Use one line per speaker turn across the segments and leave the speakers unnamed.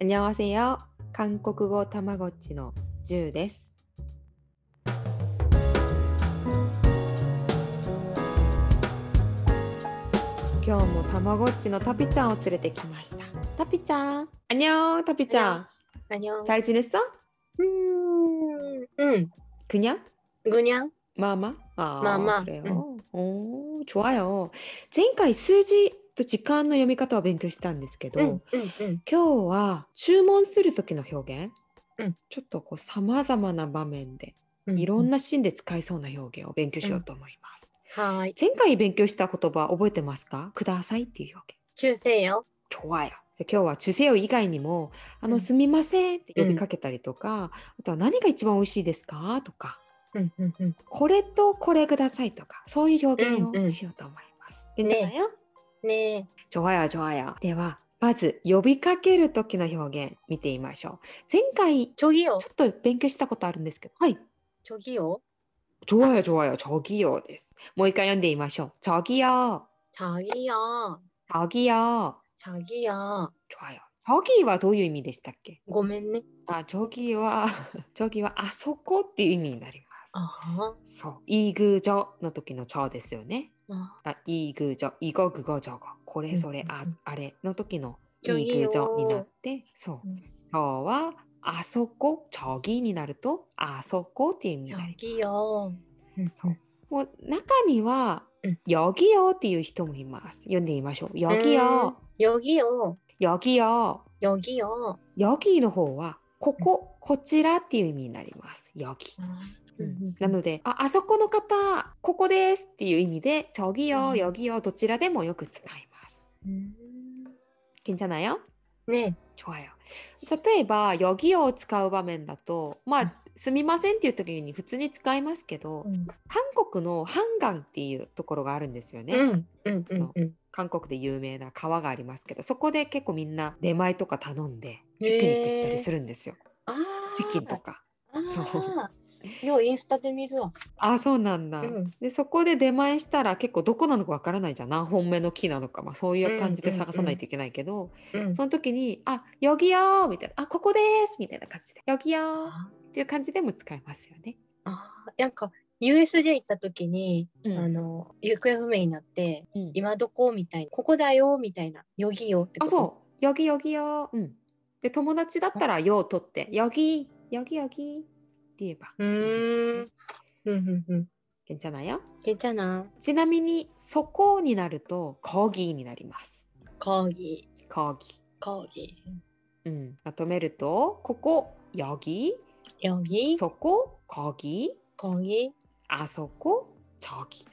안녕하세요韓国語たまごっちのジュウです。今日もたまごっちのタピちゃんを連れてきました。タピちゃん、안녕タピちゃ
안녕.
ん。잘 지냈어?
음, 음,
그냥?
그냥
마마? 아,
마마,
그래요. 오, 좋아요. 前回数字と時間の読み方を勉強したんですけど、
응, 응, 응.
今日は注文する時の表現、
うん
ちょっとこうさまざまな場面で
응,
いろんなシーンで使えそうな表現を勉強しようと思います、
음. 하이.
前回勉強した言葉覚えてますかくださいっていう表現
주세요.
ちょわよ今日は「주세요」以外にも「あの
うん
すみません」って呼びかけたりとか、あとは「何が一番おいしいですか?」とか
응, 응, 응.
「これとこれください」とかそういう表現
うんう
を
ん
しようと思います。괜찮아요?
네.
좋아요, 좋아요. では、まず呼びかける時の表現見てみましょう。前回ち
저기요.
ょっと勉強したことあるんですけど、はい。
저기요.
좋아요, 좋아요. 저기요 です。もう一回読んでみましょう。저기요,
자기야.
저기요.
자기야.
좋아요. 저기 はどういう意味でしたっけ
고맨네.
あ、저기 は、저기 はあそこっていう意味になりま
아하.
す。そう。イグジョの時の저ですよね。
아,
あ、イグジョ、イゴグゴジョゴ。これそれ、
うんうん
あ
うん
あれの時のイグジョになって、そう。
응.
今日はあそこ、저기になるとあそこっていう意味になります。
네. 음, 저기요. 응, 응.
もう中には
うん
여기요っていう人もいます。読んでみましょう。여기요 、
여기요.
여기요、
여기요.
여기の方はここ、こちらっていう意味になります。여기
음,
な
아, 나는
ので、あ、あそこの方、ここですっていう意味で、저기요、
うん
여기요どちらでもよく使います。
음.
괜찮아요
네.
좋아요例えば、여기요を使う場面だと、ま
うん
あ、すみませんっていう時に普通に使いますけど、
응.
韓国のハンガンっていうところがあるんですよね。
응, 응, 응, 응.
韓国で有名な川がありますけどそこで結構みんな出前とか頼んでピクニックしたりするんですよ、
아.
チキンとか
아. 요 인스타 음, 데 미루어.
あそうなんだ、
응.
でそこで出前したら結構どこなのかわからないじゃん何本目の木なのか、まあ、そういう感じで探さないといけないけど、
응.
その時に「あよぎよー」みたいな「あここです」みたいな感じで「よぎよー」
아.
っていう感じでも使えますよね。
あーなんか USJ 行った時に、
う
あ
ん
の行方不明になって
うん、
今どこみたいなここだよみたいなよぎよって
あ
こと
そう「よぎよぎよー」うん。で友達だったら「よ」を取って「よぎよぎよぎ」って言えば。
うーんうんうんうん
괜찮아요
괜찮아
ちなみに、そこになると、コーギーになります。
거기
コーギ
거기
ー。うん。まとめると、ここ、よぎ、
여기
そこ、コーギー、
거기
あそこ、ちょぎ。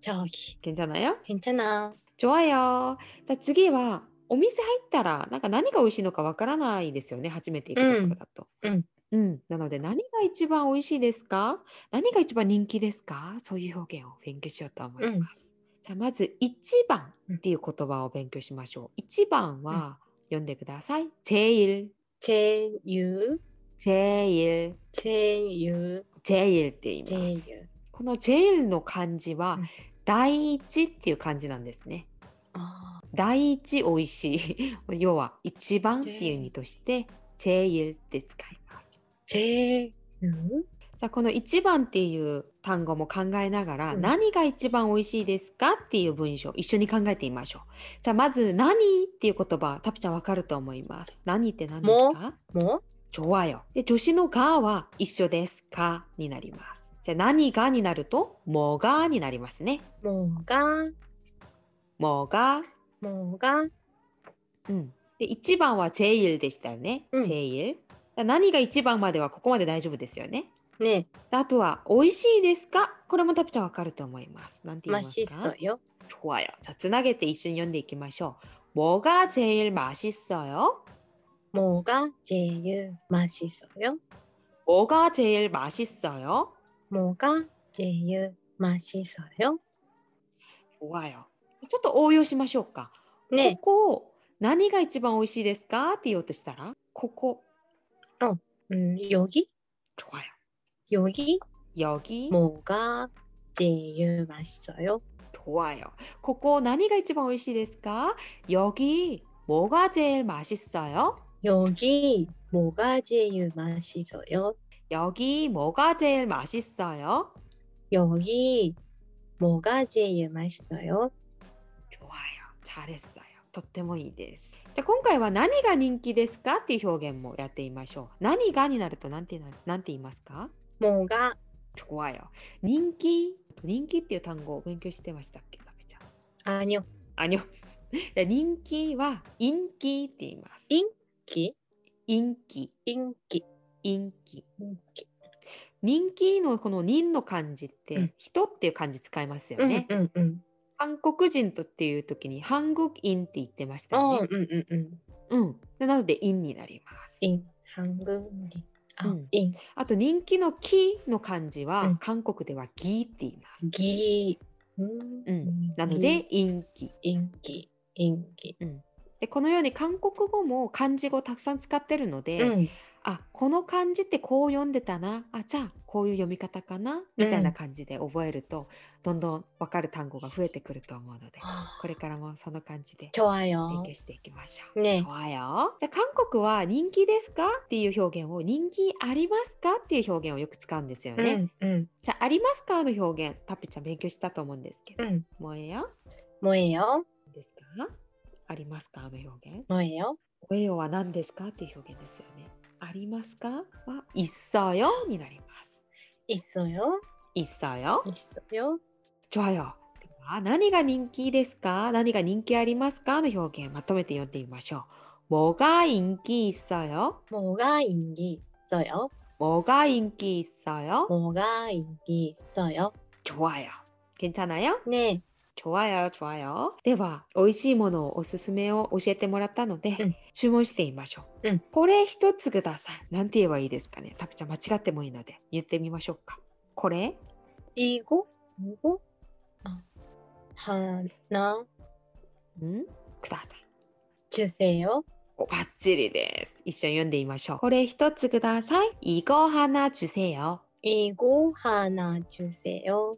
저기
괜찮아요
괜찮아
좋아요。じゃあ次は、お店入ったら、なんか何が美味しいのかわからないですよね。初めて行くところだと。
うんうん
うん、なので、何が一番美味しいですか何が一番人気ですかそういう表現を勉強しようと思います。じゃあ、まず、一番っていう言葉を勉強しましょう。一番は、読んでください。제일、
제유
제일、
제유
제일って
제
言います。
유
この제일の漢字は
うん、
第一っていう漢字なんですね。
あ
第一おいしい 要は一番っていう意味としてチェイルって使います
제유
じゃあこの一番っていう単語も考えながら、
うん
何が一番おいしいですかっていう文章一緒に考えてみましょうじゃあまず何っていう言葉タピちゃんわかると思います何って何ですか
뭐
좋아요で助詞のがは一緒ですかになりますじゃあ何がになるともがになりますね
뭐가
もが
뭐가
うん、で1番はチェイルでしたよね。
うん
チェイル。だ何が1番まではここまで大丈夫ですよね。
네
であとは美味しいですかこれもタピちゃんわかると思います。なんて言い
맛
ます
있어
か
요
좋아요。さあつなげて一緒に読んでいきましょう。뭐가제일맛있어요
뭐가제일맛있어요
뭐가제일맛있어요
뭐가 제일 맛있어요?
좋아요。ちょっと応用しましょうか。こ
네,
こ何が一番美味しいですかって言おうとしたらここ
음, 여기?
좋아요。
여기?
よぎ
뭐가 제일 맛있어요?
좋아요. 고고 나니가 一番美味しいですか? 여기 뭐가 제일 맛있어요?
여기 뭐가 제일 맛있어요?
여기 뭐가 제일 맛있어요?
여기 뭐가 제일 맛있어요?
좋아요. 잘했어요.とってもいいです。じゃあ今回は何が人気ですかっていう表現もやってみましょう。何がになると何てななんて言いますか
뭐가
좋아요. 인기, 인기 っていう単語を勉強してましたっけ、ダメちゃん。
아니요.
아니요. 네, 인기와 인기 って言います。
기,
인기,
인기,
인기.
인기.
人気のこの人の漢字って、
うん
人っていう漢字使いますよ
응,
ね。
응, 응.
韓国人とっていう時に韓国人って言ってましたよ
어,
ね。
응, 응, 응.
うん。でなので、in になります。
인, 한국인. 아,
응.
인,
あと人気のキの漢字は、
うん
韓国ではギーって言います。
기. 음,
응. なので、陰気。
인기, 인기.
で、このように韓国語も漢字語をたくさん使ってるので、
응,
あこの漢字ってこう読んでたなあじゃあこういう読み方かなみたいな感じで覚えると、どんどん分かる単語が増えてくると思うので
아,
これからもその感じで勉
좋아요.
強していきましょう。
네.
そうよじゃあ韓国は人気ですかっていう表現を人気ありますかっていう表現をよく使うんですよね。
응, 응,
じゃあありますかの表現タッピちゃん勉強したと思うんですけど、
응.
もうええよ
뭐예요?
ですかありますかの表現
뭐예요?
おえよは何ですかっていう表現ですよね。ありますかは、いっそよになります。
있어요?
있어요
있어요?
좋아요では何が人気ですか何が人気ありますかの表現まとめて読んでみましょう。뭐가人気있어요
뭐가 인기 있어요?
뭐가 인기 있어요
뭐가 인기 있어요?
좋아요괜찮아요
네,
좋아요좋아요では美味しいものをおすすめを教えてもらったので、
うん
注文してみましょう、
うん
これ一つくださいなんて言えばいいですかねタピちゃん間違ってもいいので言ってみましょうかこれ
이거, 이거, 아, 하나
んください
주세요.
おバッチリです一緒に読んでみましょうこれ一つください이거花주세요
이거 하나 주세요.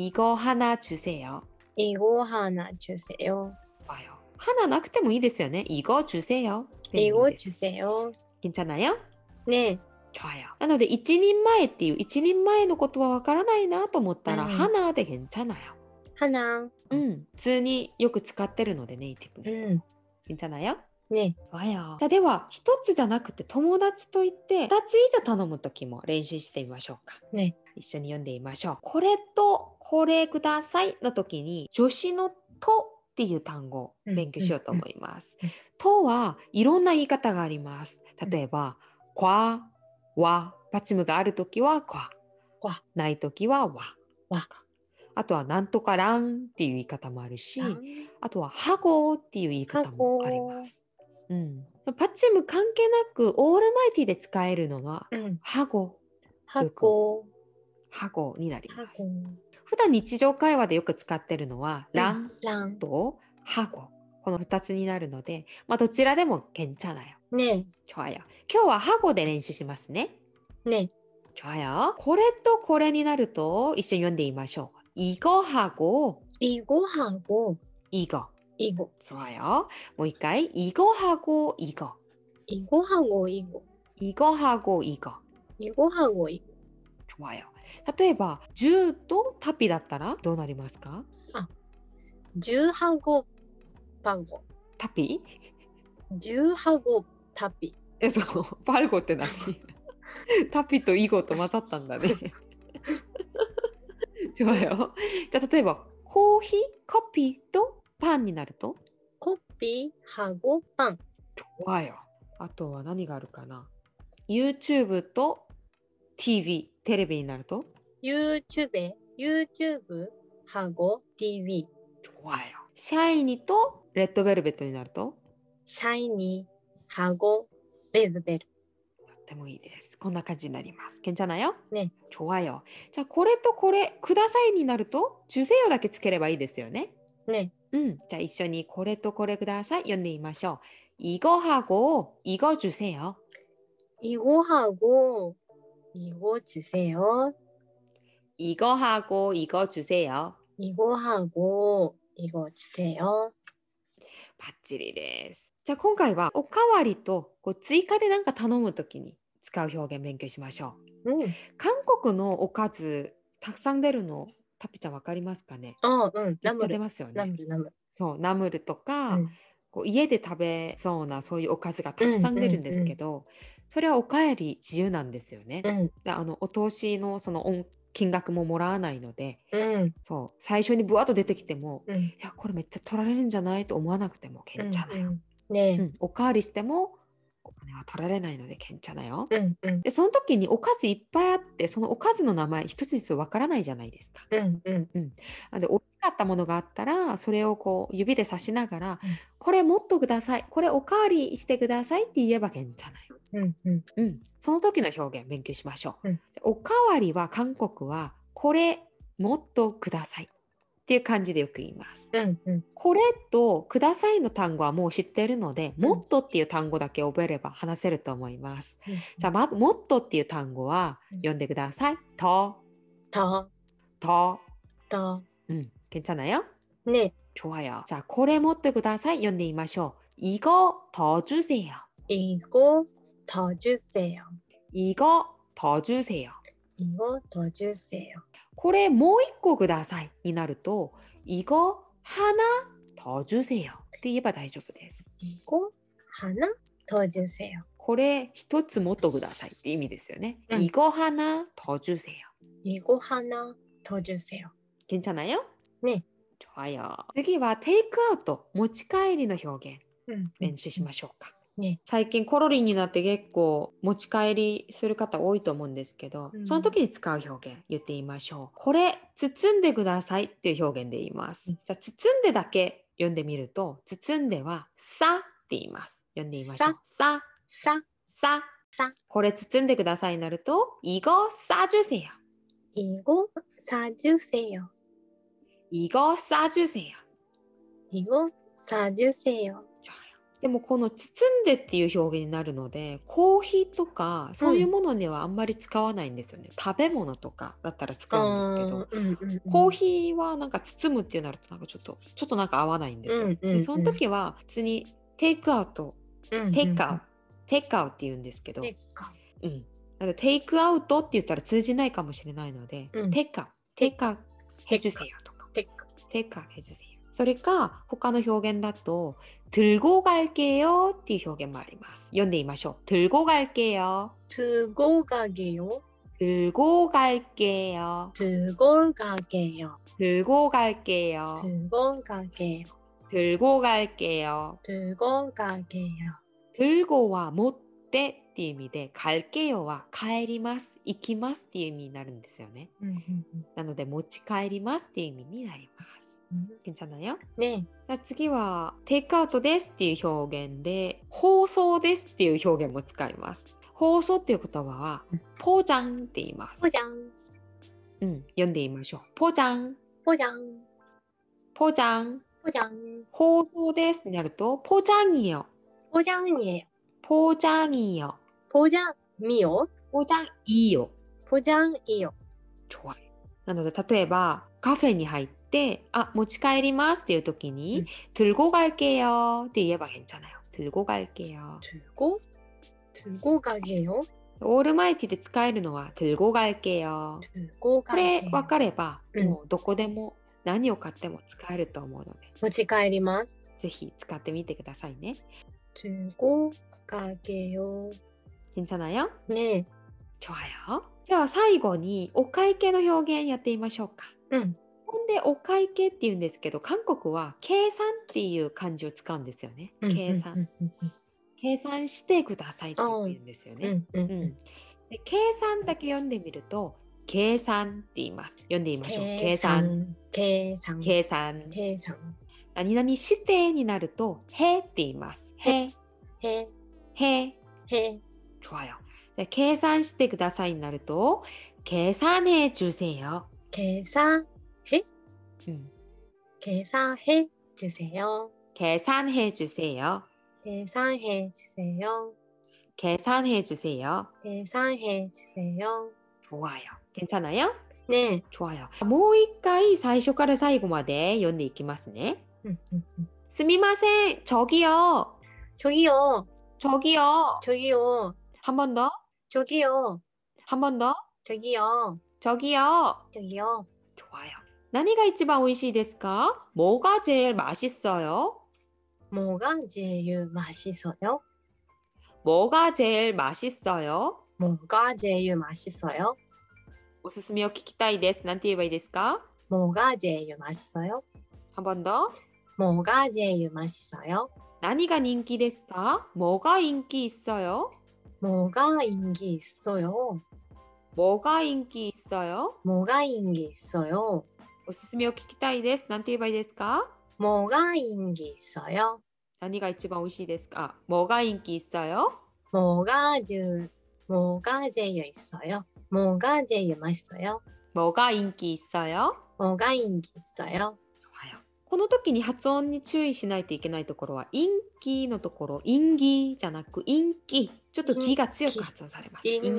이거花주세요
이거 하나 주세요.
あよ花なくてもいいですよね이거주세요
이거 주세요.
괜찮아요
네,
좋아요なので一人前っていう一人前のことはわからないなと思ったら、
うん
花で괜찮아요
하나.
うん普通によく使ってるのでネイティブに
음,
괜찮아요
네,
좋아요じゃあでは一つじゃなくて友達と言って二つ以上頼む時も練習してみましょうか
네.
一緒に読んでみましょう。これとこれくださいの時に助詞のとっていう単語を
うん
勉強しようと思います
うんうん。
とはいろんな言い方があります。例えば、qua はパチムがある時は qua、
qua
ない時は wa、
わ
あとはなんとからんっていう言い方もあるし、
랑,
あとははごっていう言い方もあります。うん、パチム関係なくオールマイティで使えるのは
음,
はご、
하고,
はごになります。
하고,
普段日常会話でよく使ってるのは「ラン
랑, 」
と「ハゴ」この2つになるので、まあ、どちらでも괜찮아요。
네,
좋아요。今日は「ハゴ」で練習しますね。
네,
좋아요。これとこれになると一緒に読んでみましょう。이거하고
이거 하고,
이거
이거,
좋아요。もう一回「이거하고이거
이거 하고, 이거,
이거하고이거
이거 하고, 이거.
좋아요。例えば「주」と「タピ」だったらどうなりますか
듀하고 바고
タピ
듀하고 타비
え、そう、 パルゴって何タピとイゴと混ざったんだね。 違うよ。じゃあ、例えば、コーヒー、カピーとパンになると
커피하고 빵
わよ。あとは何があるかな ?YouTube と TV、テレビになると
유튜브에 유튜브 하고 TV
わよ。シャイニとレッドベルベットになると
샤이니 하고 레드벨
とってもいいです。こんな感じになります。괜찮아요
ね。
좋아요。じゃあ、これとこれ、くださいになると、주세요だけつければいいですよね。
네
うん、じゃあ一緒にこれとこれください読んでみましょう。이거하고이거주세요。
이거 하고 이거 주세요
이거하고이거주세요。
이거 하고 이거 주세요
バッチリです。じゃあ今回はおかわりとこう追加で何か頼むときに使う表現勉強しましょう。
うん。
韓国のおかずたくさん出るのタピちゃんわかりますかね
あ、うん。
め
ナ
っち
ム
ゃ出
ル。
ますよ
ナ
ね。
ムル、ナムル。
そうナムルとか、
うん
こう家で食べそうなそういうおかずがたくさん出るんですけど、それはおかえり自由なんですよね。
うん。
であのお通しのその恩金額ももらわないので
うん。
そう最初にぶわっと出てきても
うん。
いやこれめっちゃ取られるんじゃないと思わなくてもけんちゃなよ、
ね
うんおかわりしてもお金は取られないのでけんちゃなよ、
え。うん。うん。
でその時におかずいっぱいあってそのおかずの名前一つずつわからないじゃないですか。
うん。うん。
なんで美味しかったものがあったらそれをこう指で指しながら、
うん
これもっとくださいこれおかわりしてくださいって言えばけんちゃない。
うん。うん。
うん、その時の表現勉強しましょう。
うん
おかわりは韓国はこれもっとくださいっていう感じでよく言います。
うん。うん。
これとくださいの単語はもう知ってるので、
ん
もっとっていう単語だけ覚えれば話せると思います。じ
じ
ゃ
ゃ
あ、ま、もっとっていう単語は
うん
読んでください。と、
た、
と、
た、
うん、괜찮아요
ね、
좋아요. 자, 고래 못도 구다사이 연대 이마쇼. 이거 더 주세요.
이거 더 주세요.
이거 더 주세요.
이거 더 주세요.
고래 뭐 있고 구다사이 이나루도 이거 하나 더 주세요. 이봐 다이조부です.
이거 하나 더 주세요.
これ一つもっとくださいって意味ですよね。
うん
이거하나더 주세요.
이거 하나 더 주세요.
괜찮아요
ね。
좋아요。次はテイクアウト、持ち帰りの表現
응.
練習しましょうか。
ね。
最近コロリンになって結構持ち帰りする方多いと思うんですけど、
うん
その時に使う表現言ってみましょう。これ包んでくださいっていう表現で言います。
うん
じゃあ包んでだけ読んでみると、包んではさって言います。読んでみましょう。さ、
싸,
さ、
さ
これ包んでくださいになると、이거싸주세요。
이거 사주세요.
이거 싸주세요.
이거 사주세요.
좋아요. でもこの包んでっていう表現になるのでコーヒーとかそういうものにはあんまり使わないんですよね、食べ物とかだったら使うんですけど
어, 응, 응, 응.
コーヒーはなんか包むっていうなるとなんかちょっとちょっとなんか合わないんですよ、
うんうんうん
でその時は普通にテイクアウト
응,
テイ
응,
クアウト、テイクアウトって言うんですけど、
응. 테이크아웃.
うん、なのでテイクアウトって言ったら通じないかもしれないので、
うん
テイクアウトテイクアウト
テ
ヘ
イク
ジュ
アウト
セとか
테이크.
테이크 해주세요. それか他の表現だと「들고갈게요」っていう表現もあります。読んでみましょう。「들고갈게요」
두고 가게요.
「들고갈게요」
두고 가게요.
「들고갈게요」
두고 가게요.
「들고갈게요」
두고 가게요.
들고は持ってっていう意味で「갈게요」は帰ります、行きますっていう意味になるんですよね。
응, 응, 응.
なので持ち帰りますっていう意味になります。
음.
괜찮아요
네,
じゃあ次はテイクアウトですっていう表現で放送ですっていう表現も使います。放送っていう言葉は
うん
ポジャンって言います。
포장,
うん、読んでみましょう。ポジャン、
포장,
ポジャン、
포장,
放送ですになるとポジャンよ、
포장이에요.
ポジャンよ、
포장미요,
ポジャンいいよ。
포장이요.
ちょわいなので例えばカフェに入ってあ持ち帰りますっていう時
うん
に、トゥルゴガルケよって言えば괜찮아요。トゥルゴガルケよ。
들고, 들고 가게요.
オールマイティで使えるのはトゥルゴガルケよ。
들고
これ
가게요.
分かれば、
うん
もうどこでも何を買っても使えると思うので
뭐 持ち帰ります.
ぜひ使ってみてくださいね。
들고 가게요.
괜찮아요
네,
좋아요では最後にお会計の表現やってみましょうか。
응,
ほんでお会計って言うんですけど韓国は計算っていう漢字を使うんですよね。
응,
計算、
응, 응,
計算してくださいって言うんですよね。
응, 응,
う
응.
ん、で計算だけ読んでみると計算って言います。読んでみましょう。計算
계산, 계산,
計算
계산,
何々してになるとへって言います。へ
해,
へ
해,
좋아요. 네, 계산してくださいになると계산해주세요.
계산,
음,
계산해 주세요.
계산해 주세요.
계산해 주세요.
계산해 주세요.
계산해 주세요.
좋아요. 괜찮아요?
네.
좋아요. もう一回最初から最後まで読んでいきますね。
음, 음, 음.
すみません、저기요.
저기요.
저기요.
저기요.
한 번 더.
저기요.
한 번 더.
저기요.
저기요.
저기요.
좋아요. 何が一番美味しいですか? 뭐가 제일 맛있어요?
뭐가 제일 맛있어요?
뭐가 제일 맛있어요?
뭐가 제일 맛있어요?
おすすめを聞きたいです。なんて言えばいいですか?
뭐가 제일 맛있어요?
한 번 더.
뭐가 제일 맛있어요?
何が人気ですか? 뭐가 인기 있어요?
뭐가 인기 있어요?
뭐가 인기 있어요?
뭐가 인기 있어요?
おすすめを聞きたいです。なんて言えばいいですか?
뭐가 인기 있어요?
何が一番美味しいですか? 뭐가 인기 있어요?
뭐가 제 뭐가 제일 있어요? 뭐가 제일 맛있어요?
뭐가 인기 있어요?
뭐가 인기 있어요?
この時に発音に注意しないといけないところは、インキのところ、インギじゃなく、インキ。ちょっと気が強く発音されます。
인기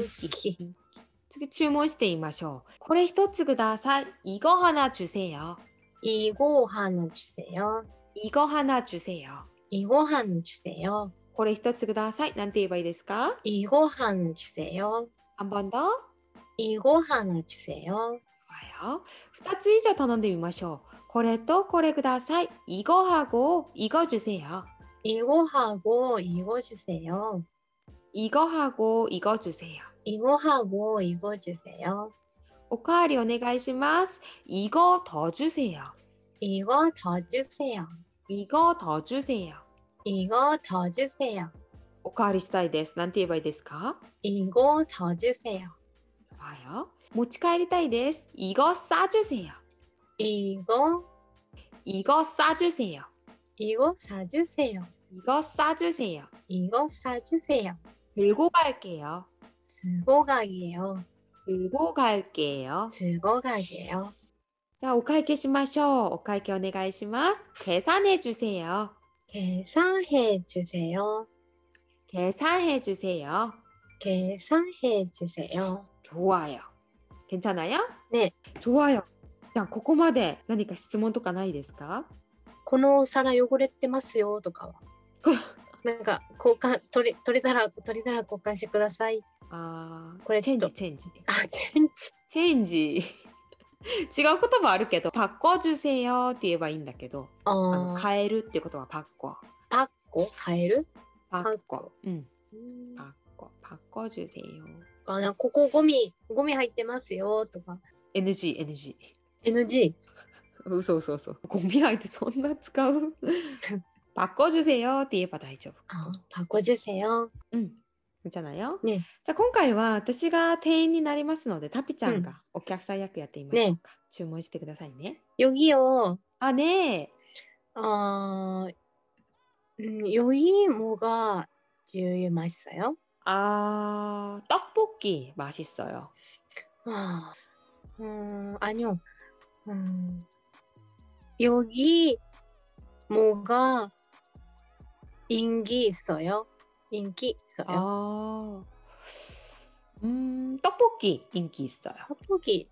次、注文してみましょう。これ一つください。이거하나주세요。
이거 하나 주세요.
이거하나주세요。
이거 하나 주세요.
これ一つください。なんて言えばいいですか
이거 하나 주세요.
한번 더.
이거 하나 주세요.
좋아요. 2つ以上頼んでみましょう。これとこれください。이거하고이거주세요。
이거 하고 이거 주세요.
이거하고이거주세요。
이거 하고 이거 주세요.
おかわりお願いします。이거더주세요。
이거 더 주세요.
이거 더 주세요.
이거 더 주세요.
오카리스타이데스. 난테이바이데스か
이거 더 주세요.
좋아요. 모치카이리타이데스. 이거 싸주세요.
이거
이거 싸주세요.
이거 사주세요.
이거 싸주세요.
이거 사주세요.
들고 갈게요.
들고 가게요.
들고 갈게요.
들고 가게요.
자, 오카이케 시마쇼. 오카이케 오네가이시마스. 계산해 주세요.
계산해 주세요.
계산해 주세요.
계산해 주세요.
좋아요. 괜찮아요?
네.
좋아요. 자, 그러니까 ここまで何か質問とかないですか?
このお皿汚れてますよと かは。なんか交換取り取り皿取り皿交換してください。
아,
これちょっと。
체인지 체인지.
あ、チェンジ。
체인지 違うこともあるけど「パッコジュセヨ」って言えばいいんだけど「あの
ああ、
変える」っていうことは「パッコ」
パッコ変える？
「パッ
パッ
コ
コ」
うん「パッコ」「パッコジュセヨ
あ、なんかここゴミゴミ入ってますよとか。」
NGNG
NG。
嘘嘘嘘ゴミ入ってそんな使 う「パッコジュセヨ」って言えば大丈夫
あ、パッコジュセよ。
うんじゃないよ、
ね
じゃあ今回は私が店員になりますのでタピちゃん
う
がお客さん役やってみましょう
ね
か、注文してくださいね
よぎよ。
あねえ
어, 음, 여기 뭐가 제일 맛있어요?
아 떡볶이 맛있어요
아, 음, 아니요. 음, 여기 뭐가 인기 있어요? 인기 있어요?
아, 음, 떡볶이 인기 있어요.
떡볶이. 떡볶이.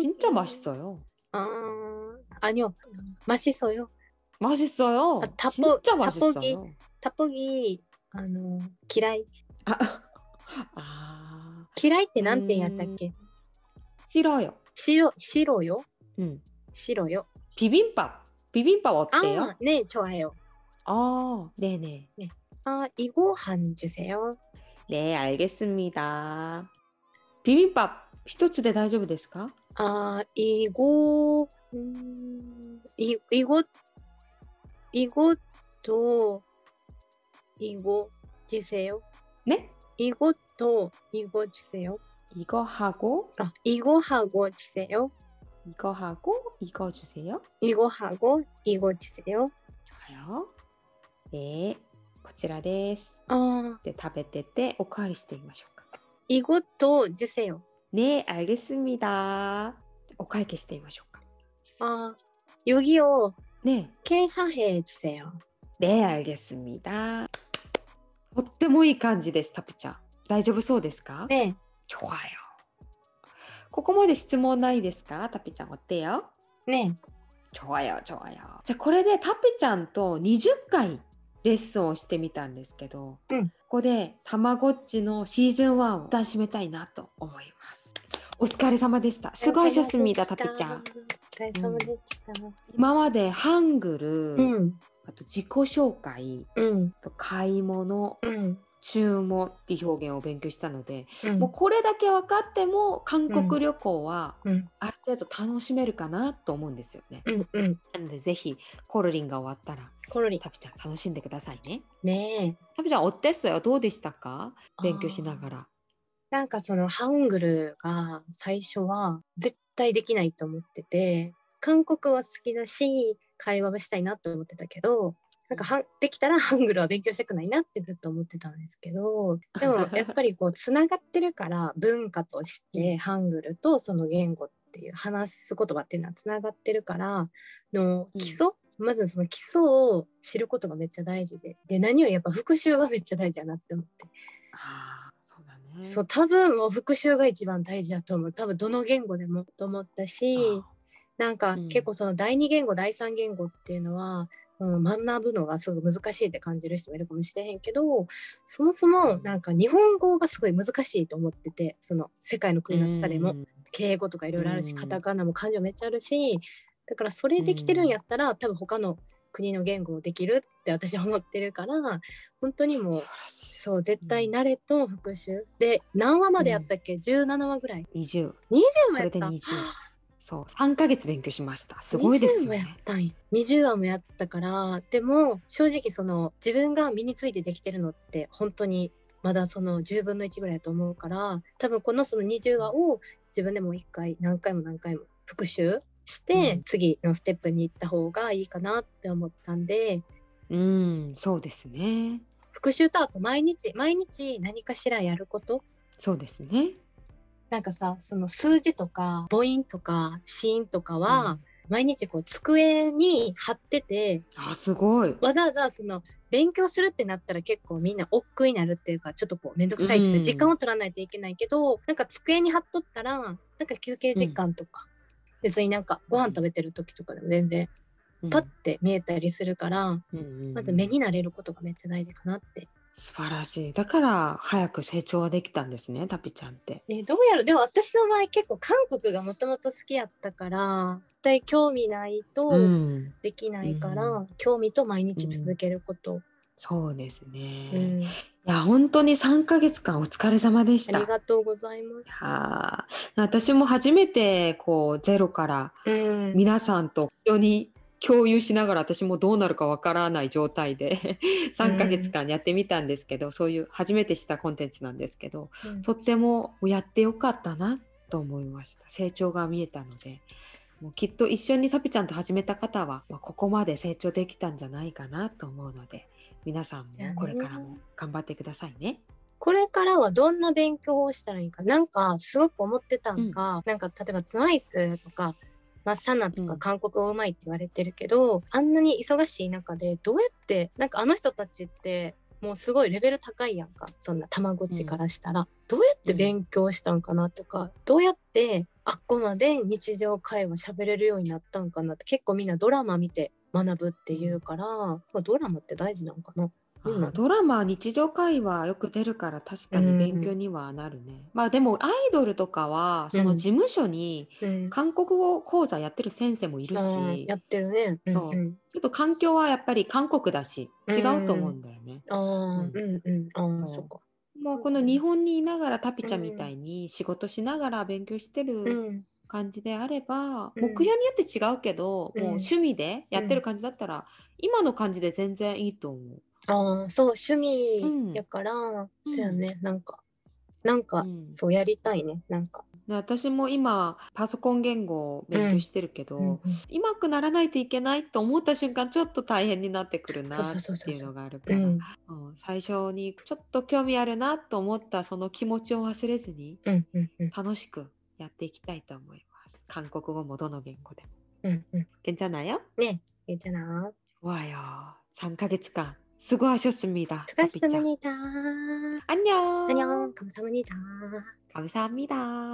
진짜 맛있어요. 음.
아, 아니요. 맛있어요.
맛있어요.
아, 닭볶-
진짜
닭볶이.
맛있어요.
떡볶이, 아, 너, 기라이.
아, 아,
기라이 때 난때 야ったっけ?
싫어요.
싫어, 싫어요?
음,
싫어요?
비빔밥. 비빔밥 어때요?
아, 네, 좋아요.
아, 네네.
아, 이거 한 주세요.
네, 알겠습니다. 비빔밥 1つで大丈夫ですか?
아, 이거 음, 이 이거 이것도 이거 주세요.
네?
이것도 이거 주세요.
이거 하고
아, 이거 하고 주세요.
이거 하고 이거 주세요.
이거 하고 이거 주세요.
좋아요. 네. こちらです.
아,
で食べてておかわりしてみましょうか。
이것도 주세요.
ねえ、 네, 알겠습니다。お会計してみましょうか。
아, 여기요.
ね
계산해 주세요.
え、ねえ、알겠습니다。とってもいい感じです、タピちゃん。大丈夫そうですか
네.
ちょわよ。ここまで質問ないですかタピちゃん、おってよ。
네.
ちょわよ、ちょわよ。じゃあ、これでタピちゃんと20回レッスンをしてみたんですけど、
うん
ここでたまごっちのシーズン1を一旦締めたいなと思いますお疲れ様でしたすごいジャスミンだタピちゃん
お疲れ様でした。
今までハングル、
うん、
あと自己紹介
うん、
あと買い物
うん、
注文っていう表現を勉強したので、
うん
もうこれだけ分かっても韓国旅行は
うん、
ある程度楽しめるかなと思うんですよね。
うん、うん、
なのでぜひコロリンが終わったら
コロリ。
タピちゃん楽しんでくださいね。
ねえ。
タピちゃんおテストはどうでしたか勉強しなが
ら。
ら。
なんかそのハングルが最初は絶対できないと思ってて、韓国は好きだし、会話はしたいなと思ってたけど、なんかハンできたらハングルは勉強したくないなってずっと思ってたんですけどでもやっぱりこうつながってるから文化としてハングルとその言語っていう話す言葉っていうのはつながってるからの基礎、まずその基礎を知ることがめっちゃ大事でで何よりやっぱ復習がめっちゃ大事だなって思って
ああそうだね。
そう多分もう復習が一番大事だと思う多分どの言語でもと思ったし
あ
なんか
うん
結構その第二言語第三言語っていうのは、うん、学ぶのがすごい難しいって感じる人もいるかもしれへんけどそもそもなんか日本語がすごい難しいと思っててその世界の
ー
国の中でも、
うん
敬語とかいろいろある
う
し、
ん
カタカナも漢字もめっちゃあるしだからそれできてるんやったら、多分他の国の言語もできるって私は思ってるから本当にも
素
う
晴。らし
そう絶対慣れと復習で何話までやったっけ、17話ぐらい
い。20
20
こ
もや
れ
った
で20。そう3ヶ月勉強しました。すごいですよ
20もやっ
ね。
たんや20話もやったからでも正直その自分が身についてできてるのって本当にまだその10分の1ぐらいだと思うから多分このその20話を自分でも1回何回も何回も復習して、
うん
次のステップに行った方がいいかなって思ったんで
うんそうですね。
復習とあと毎日毎日何かしらやること
そうですね。
なんかさその数字とか母音とか子音とかは、
うん
毎日こう机に貼ってて
あすごい。
わざわざその勉強するってなったら結構みんな億劫になるっていうかちょっとこう面倒くさいっていう
う
か
ん
時間を取らないといけないけど、なんか机に貼っとったらなんか休憩時間とか、別になんかご飯食べてる時とかでも全然パッて見えたりするから、
うんうんうん
まず目に慣れることがめっちゃ大事かなって。
素晴らしい。だから早く成長はできたんですね、タピちゃんって。
ね、どうやらでも私の場合結構韓国がもともと好きやったから絶対興味ないと。
うん、
できないから、
う
興味と毎日続けること、
そうですね。
うん
いや本当に3ヶ月間お疲れ様でし
あ
た。
りがとうございます。
は私も初めてこうゼロから
うん
皆さんと一緒に共有しながら私もどうなるかわからない状態で3ヶ月間やってみたんですけど、そういう初めてしたコンテンツなんですけどとってもやってよかったなと思いました成長が見えたのでもうきっと一緒にサピちゃんと始めた方は、まあ、ここまで成長できたんじゃないかなと思うので皆さん
だね
もこれからも頑張ってくださいね。
これからはどんな勉強をしたらいいかなんかすごく思ってたんが、なんか例えばツワイスとか、まあ、サナと
う
か
ん
韓国語うまいって言われてるけど、あんなに忙しい中でどうやってなんかあの人たちってもうすごいレベル高いやんかそんなたまごっちからしたら、どうやって勉強したんかなとか、どうやってあっこまで日常会話喋れるようになったんかなって結構みんなドラマ見て学ぶっていうから、ドラマって大事なのかな
あ
うん
ドラマ日常会話よく出るから確か
うん
に勉強にはなるね。まあでもアイドルとかはそ
うん
の事務所に
うん
韓国語講座やってる先生もいるし、
うんやってるね。
そうん
ん
ちょっと環境はやっぱり韓国だし違うと思うんだよね。
ああ、うんうん、ああ、
そ
そうっか。
もうこの日本にいながらタピちゃんみたいに仕事しながら勉強してる
ん、
感じであれば、
うん
目標によって違うけど、
うん
もう趣味でやってる感じだったら、今の感じで全然いいと思う。
ああ、そう、趣味
うん
やから、そうやね、なんか、なんか、
うん
そうやりたいね、なんか。
で私も今パソコン言語を勉強してるけど、うまくならないといけないと思った瞬間ちょっと大変になってくるな
そう
っ
そうそうそう
ていうのがあるから
うん、
うん最初にちょっと興味あるなと思ったその気持ちを忘れずに
うん、うん、うん、
楽しくやっていきたいと思います。韓国語もどの言語でも。
うん、うん、
괜찮아요
いいじゃな。
와요. 3ヶ月間 수고하셨습니다.
疲れ
커피짱.
様にだ。
안녕.
안녕, 감사합니다.
감사합니다.